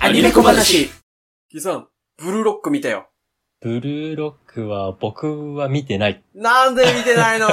アニメ小話キさん、ブルーロック見たよ。ブルーロックは僕は見てない。なんで見て ないの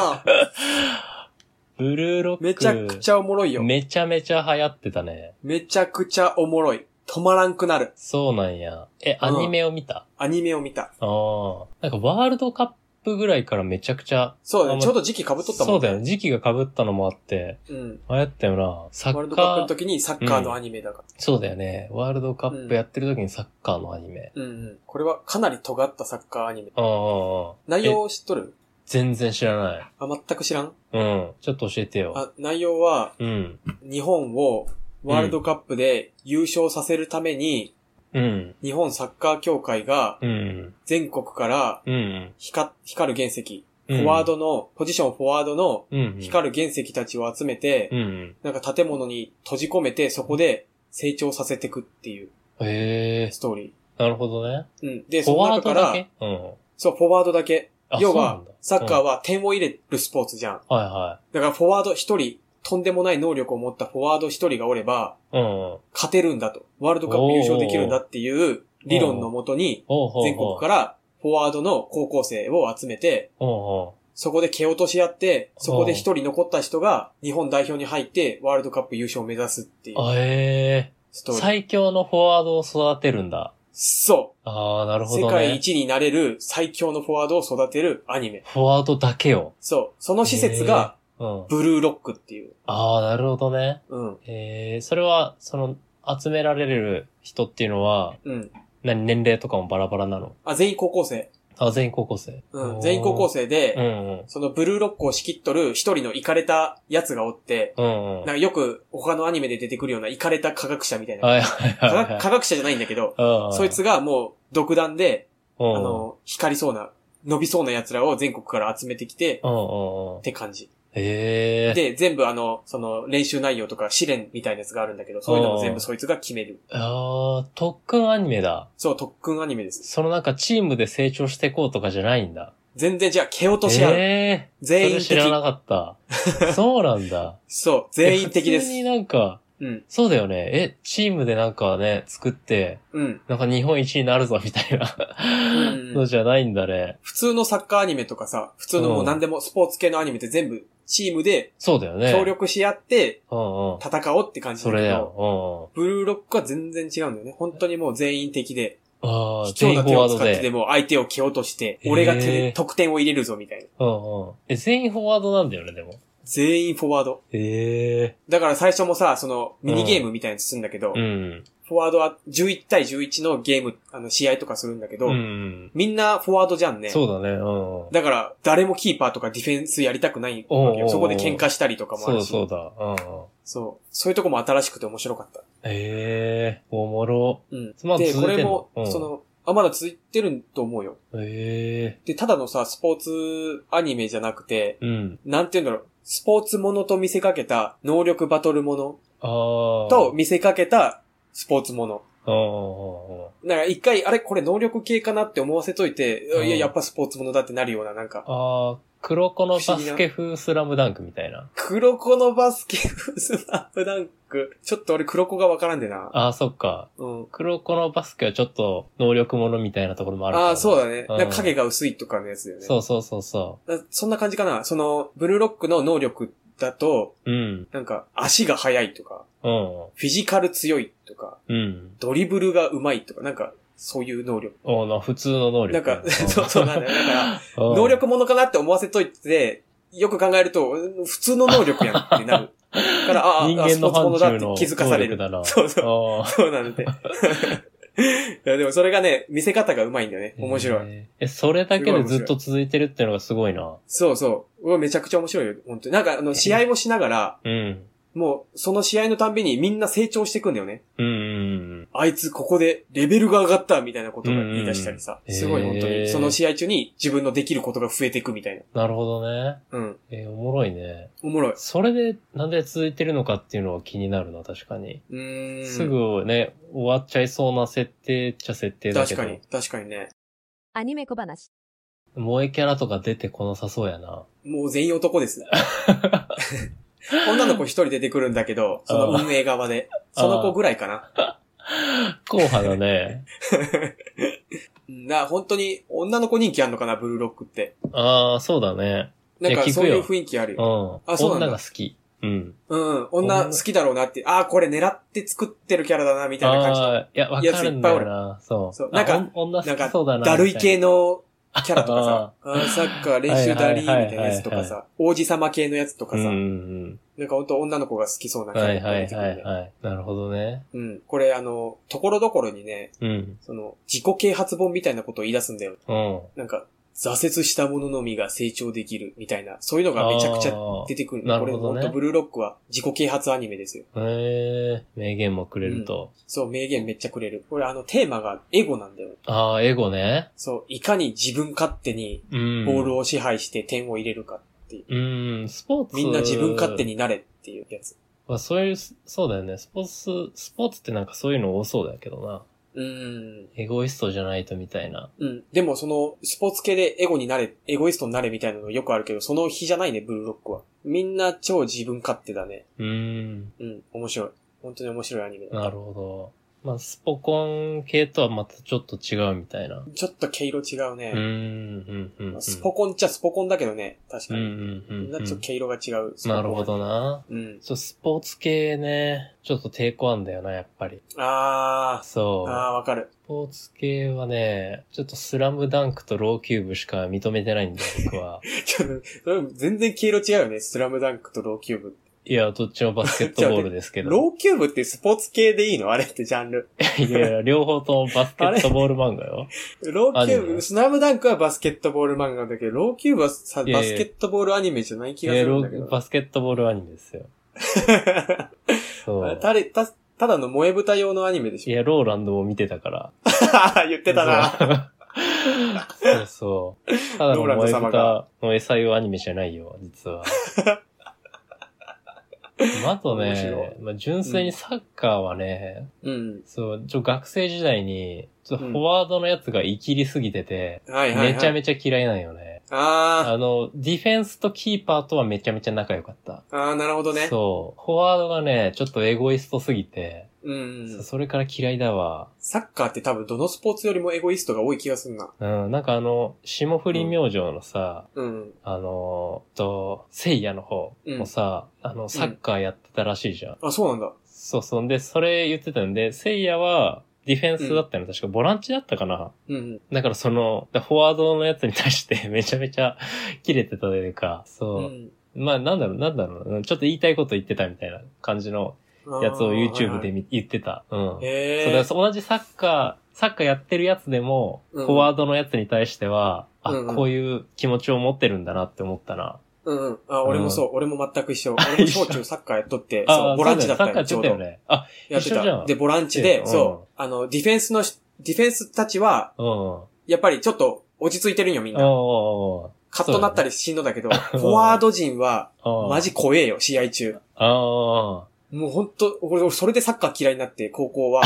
ブルーロック。めちゃくちゃゃおもろいよ。めちゃめちゃ流行ってたね。めちゃくちゃおもろい。止まらんくなる。そうなんや。え、うアんニメを見た、アニメを見た。ああ。なんかワールドカップぐらいからめちゃくちゃ。そうだあね。まちょうど時期被っとったそも。うんだよね。時期が被ったのもあって、うん。流行ったよな。サワールッドカップカのー。時にサッカーのアニメだかそうだよね。ワールドカップやってる時にサッカーのアニメ。ら。うんうん。これはかなり尖ったサッカーアニメ。ああ。内容を知っとる全然知らない。あ、全く知らんうん。ちょっと教えてよ。あ、内容は、うん。日本をワールドカップで優勝させるために、うん。日本サッカー協会がうん。全国からうん。光光る原石、うんフォワードの、ポジションフォワードのうん。光る原石たちを集めて、うん。なんか建物に閉じ込めて、そこで成長させてくっていうへえストーリー。なるほどね。ー。うん。で、フォそのワー中ドかだらけ、うん。そう、フォワードだけ。あ要そうなはんだ、サッカーは点を入れるスポーツじゃん。うんはだからフォワード一人、とんでもない能力を持ったフォワード一人がおれば、いはい。うん。勝てるんだと。ワールドカップ優勝できるんだっていう理論のもとに、ほうほうほう。全国からフォワードの高校生を集めて、ほうほ。そこで蹴落とし合って、そこで一人残った人が日本代表に入ってワールドカップ優勝を目指すっていうあうえスえトー。ーリー。最強のフォワードを育てるんだ。そああ、なるう、ほ世ど界ね。一になれる最強のフォワードを育てるアニメ。フォワードだけを。そう。その施設がうん。ブルーロックっていう。ああ、なるほどね。うん。ええー、それは、その、集められる人っていうのは、うん。何、年齢とかもバラバラなのあ、全員高校生。あ、全員高校生。うん。全員高校生。生で、うんうん。そのブルーロックを仕切っとる一人のイカれたやつがおって、うんうん。なんかよく他のアニメで出てくるようなイカれた科学者みたいな。はいはい科はいはい学科学者じゃないんだけど、うんうん。そいつがもう独断で、うん、あの、光りそうな、伸びそうな奴らを全国から集めてきて、うんうんうんっ。て感じ。ええー。で、全部あの、その練習内容とか試練みたいなやつがあるんだけど、そういうのも全部そいつが決める。ああ、特訓アニメだ。そう、特訓アニメです。そのなんかチームで成長していこうとかじゃないんだ。全然じゃあ、蹴落とし合う。ええ全員それ知らな的。か った。そうなんだ。そう、全員的でえ普す通。になんか、うん、そうだよね。え、チームでなんかね、作って、うん。なんか日本一になるぞみたいなうんのじゃないんだね。普通のサッカーアニメとかさ、普通のもう何でもスポーツ系のアニメって全部チームでそうだよね。協力し合ってうんうん。戦おうって感じそだれけだど、よ。ブルーロックは全然違うんだよね。本当にもう全員的で。うんうん。ああ、卑全怯員なフ手ォワーを使ドってでで。も相手を蹴落として、へー俺が手で得点を入れるぞみたいな。うんうん。え、全員フォワードなんだよね、でも。全員フォワード。ええだから最初もさ、そのミニゲームみたいにするんだけど、うん。フォワードは11対11のゲーム、あの試合とかするんだけど、うんうん。みんなフォワードじゃんね。そうだね。うんうん。だから誰もキーパーとかディフェンスやりたくないおうわおうおけよ。うそこで喧嘩したりとかもあそるうし。そうだ。うんうん。そうそういうとこも新しくて面白かった。ええおもろ。うん。まあで、続こいてれんのも、うんその、あ、まだ続いてると思うよ。えで、ただのさ、スポーツアニメじゃなくて、えうん。なんて言うんだろう、スポーツものと見せかけた能力バトルものああ。と、見せかけたスポーツもの。あーなんか一回、あれこれ能力系かなって思わせといて、うんいや、やっぱスポーツものだってなるような、なんか、あー、黒子のバスケ風スラムダンクみたいな。黒子のバスケ部スナップダンク。ちょっと俺黒子がわからんでな。ああ、そっか。うん。黒子のバスケはちょっと能力者みたいなところもあるから。ああ、そうだね。うんなんか影が薄いとかのやつだよね。そうそうそうそだそんな感じかな。その、ブルーロックの能力だと、う。うん。なんか、足が速いとか、うん。フィジカル強いとか、うん。ドリブルが上手いとか、なんか、そういう能力。おーな、普通の能なん力。か、 そうそ うなんだよ。だから、うん能力者かなって思わせといて、よく考えると、うん普通の能力やんっ てなる。だから、ああ、人間の範疇あスポーツ者だのって気づかされ能力る。だな。そ うそう、ああ。そうなんで。 いや、でもそれがね、見せ方が上手いんだよね。面白い。い。え、それだけでずっと続いてるっていうのがすごいな。そうそう。うわめちゃくちゃ面白いよ、本当に。なんか、あの、試合をしながら、うん。もう、その試合のたんびにみんな成長していくんだよね。うんうんあいつここでレベルが上がったみたいなことが言い出したりさ。うんうんすごい本当へに。ーその試合中に自分のできることが増えていくみたいうん。なるほどね。な。うん。えーおもろいね。おもろい。それで、なんで続いてるのかっていうのは気になるな、確かに。うーん。す。ぐね、終わっちゃいそうな設定っちゃ設定だけ確ど。かに、確かにね。アニメ小話。萌えキャラとか出てこなさそうやな。 もう全員男です。女の子一人出てくるんだけど、その運営側で。あーその子ぐらいかな。硬派だね。うんな、本当に女の子人気あんのかな、ブルーロックって。ああ、そうだね。なんいやか聞そうくいうよ雰囲気あるうよ。ん。あそうなんだ女が好き。うん。うんうん。女好きだろうなって、ああ、これ狙って作ってるキャラだな、みたいな感じの。ああー、いや、わかるんだよな。そう。そうあなんかお女なん好かきそうだな。だるい系みのキャラとかさ、あーサッカー練習だりーみはいはいはいはいたいなやつとかさ、王子様系のやつとたかいさ、な。うんうんなんかほんと女の子が好きそうなうん。キャはラいとかは出いてくはるいはね。い。なるほどね。うん。これあの、ところどころにね、うん。その、自己啓発本みたいなことを言い出すんだよ。うん。なんか、挫折した者のみが成長できるみたいな、そういうのがめちゃくちゃあー出てくる。なるほどねこれほんとブルーロックは自己啓発アニメですよ。へえ、名言もくれると。そう、名言めっちゃくれる。これあの、テーマがエゴなんだよ。ああ、エゴね。そう、いかに自分勝手にうん。ボールを支配して点を入れるか。うん、スポーツ。みんな自分勝手。になれっていうやつ。まあ、そういう、そうだよね。スポーツ、スポーツってなんかそういうの多そうだけどな。うーん。エゴイストじゃないとみたいな。うん。でもその、スポーツ系でエゴになれ、エゴイストになれみたいなのよくあるけど、その日じゃないね、ブルーロックは。みんな超自分勝手だね。うん。うん。面白い。本当に面白いアニメだ。なるほど。まあ、スポコン系とはまたちょっと違うみたいな。ちょっと毛色違うね。うん、うん、うんうん。スポコンっちゃスポコンだけどね、確うかん、うん、に。うんみんなちょっとう毛色が違う。スん。ポコンなるほ。どな。うん。そう、スポーツ系ね、ちょっと抵抗あんだよな、やっぱり。あそー。う。あー、わかる。スポーツ系はね、ちょっとスラムダンクとローキューブしか認めてないんだよ、僕は。 ちょっとそれ全然毛色違うよね、スラムダンクとローキューブ。いや、どっちもバスケットボールですけど。ローキューブってスポーツ系でいいのあれってジャンル。 いやいや、両方ともバスケットボール漫画よ。ローキュアニーブ、メスラムダンクはバスケットボール漫画だけど、ローキューブはさいやバいやスケットボールアニメじゃない気がするんだけいやローど。バスケットボールアニメです よ。そう。たれた、ただの萌え豚用のアニメでいしょ。や、ローランドも見てたから。 言ってたな。 そうそうそう。ただのローランド萌え様豚がの餌用アニメじゃないよ、実 は。まああと面白ね、まあ、純粋にサッカーはね、うん。そう、ちょ、学生時代に、ちょっとフォワードのやつがイキりすぎてて、はいはい、はい。めちゃめちゃ嫌いなんよね。ああの、ディフェンスとキーパーとはめちゃめちゃ仲良かった。ー、あーなるほどね。そう。フォワードがね、ちょっとエゴイストすぎて、うんそ。それから嫌いだわ。サッカーって多分どのスポーツよりもエゴイストが多い気がするな。うん、なんかあの、霜降り明星のさ、うん。あの、と、聖夜の方もさ、あの、サッカーやってたらしいじゃん。あ、そうなんだ。そうそう。んで、それ言ってたんで、聖夜は、ディフェンスだったの、確かボランチだったかなうん。だからその、フォワードのやつに対して めちゃめちゃ切れてたというか、うそう。ん。まあなんだろう、なんだろうな、ちょっと言いたいこと言ってたみたいな感じのあーやつを YouTube で。見言ってた。うん。へそうだ同え。じサッカー、サッカーやってるやつでも、うフんォワードのやつに対しては、あ、うんうんこういう気持ちを持ってるんだなって思ったな。うんうん。あ、俺もそう。俺も全く一緒。俺も小中サッカーやっ とって、そう、ボランチだったよ。サッカーやよ、っちょてうたどよ。ね。あ、やって一緒じゃた。んで、ボランチうで、んそう、あの、ディフェンスのし、ディフェンスたちは、うん。おやっぱりちょっと落ち着いてるんよ、みんーな。おカットなったりしんどだけど、フうんォワード陣は、ーおーマジ怖えよ、試合中。ああ。もうほんと、俺、俺それでサッカー嫌いになって、高校は、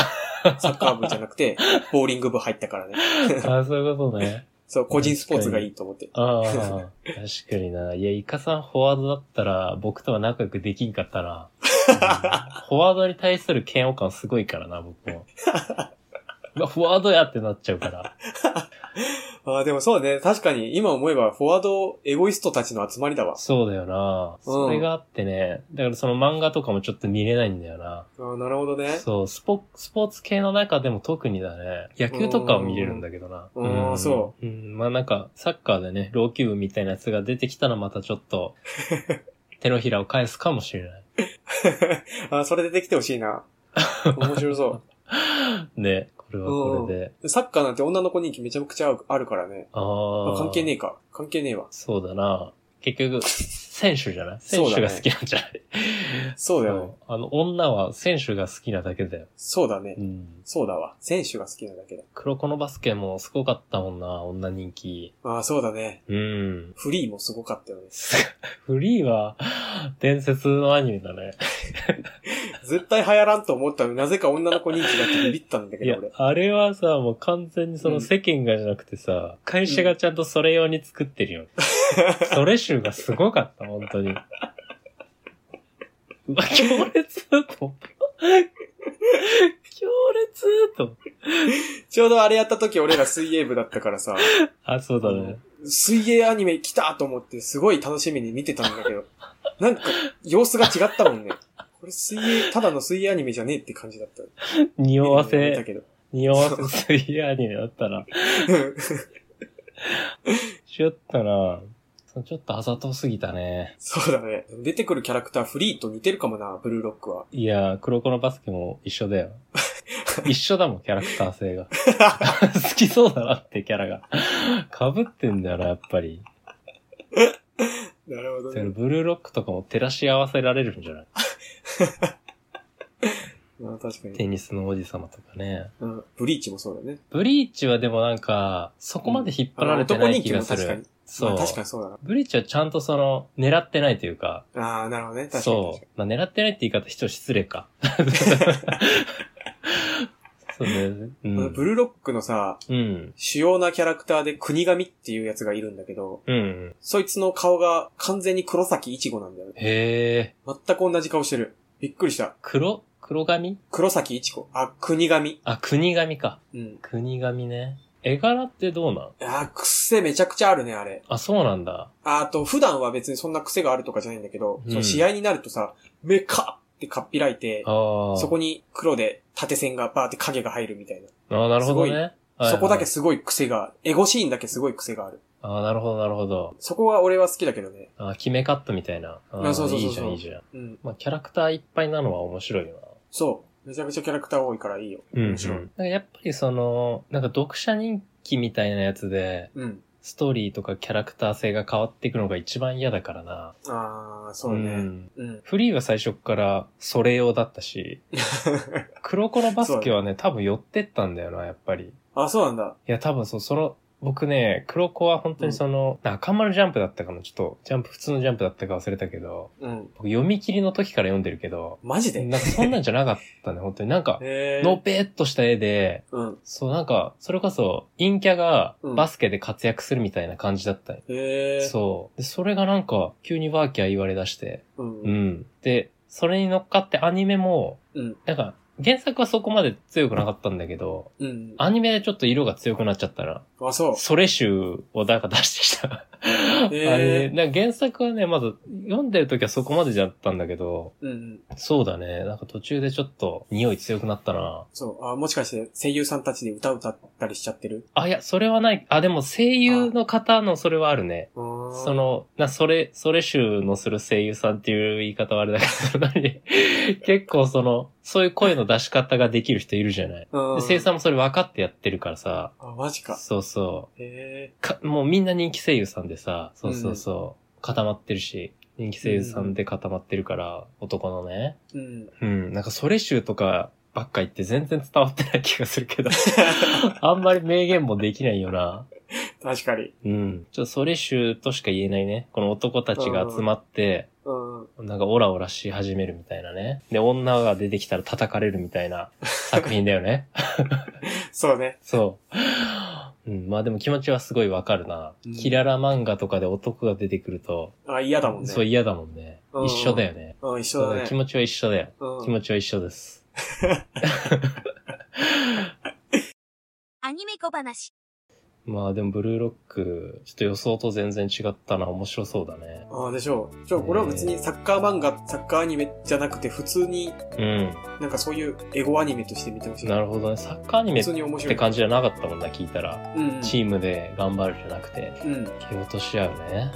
サッカー部じゃなくて、ボーリング部入ったからね。あ、そういうことね。そう、個人スポーツがいいと思って。ああ、確かにな。いや、イカさんフォワードだったら、僕とは仲良くできんかったな。 うんフォワードに対する嫌悪感すごいからな、僕 も。うわフォワードやってなっちゃうから。ああ、でもそうね、確かに、今思えば、フォワード、エゴイストたちの集まりだわ。そうだよな。うんそれがあってね。だからその漫画とかもちょっと見れないんだよな。あーなるほどね。 そう、スポ、スポーツ系の中でも特にだね。野球とかは見れるんだけどな。。うんうんそううん、まあなんか、サッカーでね、老朽部みたいなやつが出てきたらまたちょっ と、手のひらを返すかもしれない。あーそれでできてほし いな。面白そね、これはこれで。う。サッカーなんて女の子人気めちゃくちゃあるからね。あああ。関係ねえ。えか。関係ねえわ。そうだな。結局、選手じゃない選 そうだ手ねが好きなんじゃないそうだよねそ。うあの、女は選手が好きなだけだよ。そうだねう。ん。そうだわ。選手が好きなだけだ。黒子のバスケもすごかったもんな、女人気。ああ、そうだね。うん。フリーもすごかったよね。フリーは、 伝説のアニメだね。絶対流行らんと思ったのになぜか女の子人気だってビビったんだけいど、や俺。、あれはさ、もう完全にそうのん世間がじゃなくてさ、会社がちゃんとそれ用に作って るよ。それ集がすごかった、本当に。 うわ、強烈だと思った。強烈つーと。ちょうどあれやった時俺ら水泳部だったからさ、あ、そうだね。水泳アニメ来たと思ってすごい楽しみに見てたんだけど、なんか様子が違ったもんね。これ水泳、ただの水泳アニメじゃねえって感じだった。匂わ見たせ、けど。匂わせ水泳アニメだった ら。しよったら、ちょっとあざとすぎたね。そうだね。出てくるキャラクターフリーと似てるかもな、ブルーロックは。いやー、黒子のバスケも一緒だよ。一緒だもん、キャラクター性が。好きそうだなってキャラが。被ってんだよな、やっぱり。なるほどだから。ブルーロックとかも照らし合わせられるんじゃないまあ確かに、テニスの王子様とかね。うん。ブリーチもそうだね。ブリーチはでもなんか、そこまで引っ張られてあのな男い人気気がもす確かるに。。そう。まあ確かにそうだブリーチはちゃんとその、狙ってないというか、な。ああ、なるほどね。確かにそう。まあ、狙ってないって言い方、人失礼か。そうね。うこのん。ブルーロックのさ、うん。主要なキャラクターで国神っていうやつがいるんだけど、うん。そいつの顔が完全に黒崎一護なんだよね。へえ。全く同じ顔してる。びっくりした。黒、黒髪黒崎一護。あ、国神。あ、国髪か。うん。国髪ね。絵柄ってどうなんあー、癖めちゃくちゃあるね、あれ。あ、そうなんだ。あと、普段は別にそんな癖があるとかじゃないんだけど、うんその試合になるとさ、目カッってかっぴらいて、ああ。そこに黒で縦線がバーって影が入るみたいな。ああ、なるほどね。すごいはいはいそこだけすごい癖が、エゴシーンだけすごい癖がある。ああ、なるほど、なるほど。そこは俺は好きだけどね。ああ、決めカットみたいな。ああ、あそうそういそうそういじゃん、いいじゃん。うん。まあ、キャラクターいっぱいなのは面白いよな。そう。めちゃくちゃキャラクター多いからいいよ。うん、うん。面だ白いからやっぱりその、なんか読者人気みたいなやつで、うん。ストーリーとかキャラクター性が変わっていくのが一番嫌だからな。あー、そうね。ん。うん。 フリーは最初っからそれ用だったし、黒子のバスケはね、多分寄ってったんだよな、やっぱり。いあ、そうなんだ。や、多分そう、その、僕ね、黒子は本当にその、中丸ジャンプだったかも、ちょっと、ジャンプ、普通のジャンプだったか忘れたけど、うん。僕読み切りの時から読んでるけど、マジでなんかそんなんじゃなかった ね、本当に。なんか、へーのぺーっとした絵で、うん。そう、なんか、それこそ、陰キャがうんバスケで活躍するみたいな感じだったね。へえ。そう。で、それがなんか、急にワーキャー言われ出して。う。うん。ううん。ん。で、それに乗っかってアニメも、うん。なんか、原作はそこまで強くなかったんだけど、うん。アニメでちょっと色が強くなっちゃったら、あ、そう。それ集をなんか出してきた。へーあれ、なんか原作はね、まず、読んでる時はそこまでじゃったんだけど、うんうん。そうだね。なんか途中でちょっと匂い強くなったな。そう。あ、もしかして声優さんたちで歌歌ったりしちゃってるあ、いや、それはない。あ、でも声優の方のそれはあるね。そそ、の、な、それ、それ集のする声優さんっていう言い方はあれだけど、 何結構その、そういう声の出し方ができる人いるじゃない。うでん。声優さんもそれ分かってやってるからさ、あ、マジか。そうそへえ。う。か、もうみんな人気声優さんでさ、そうそうそう、固まってるし、人気声優さんで固まってるから、男のね。 うん。うん、なんかそれ集とかばっか言って全然伝わってない気がするけど、 あんまり明言もできないよな。確かに。うん。ちょっとそれ集としか言えないね。この男たちが集まって、うん。なんかオラオラし始めるみたいなね。で、女が出てきたら叩かれるみたいな作品だよね。そうね。そう。うん、まあでも気持ちはすごいわかるな。うんキララ漫画とかで男が出てくると、あ、嫌だもんね。そう嫌だもんね。うん一緒だよね。うん、一緒だそうね。気持ちは一緒だよ。うん気持ちは一緒です。 アニメ小話。まあでもブルーロック、ちょっと予想と全然違ったな。面白そうだね。ああ、でしょう。じゃあ、これは別にサッカー漫画、サッカーアニメじゃなくて、普通にうん。なんかそういうエゴアニメとして見てほしい。なるほどね。サッカーアニメ普っ通に面白い。て感じじゃなかったもんな、聞いたら。うんうん、チームで頑張るじゃなくて、うん。蹴落とし合うね。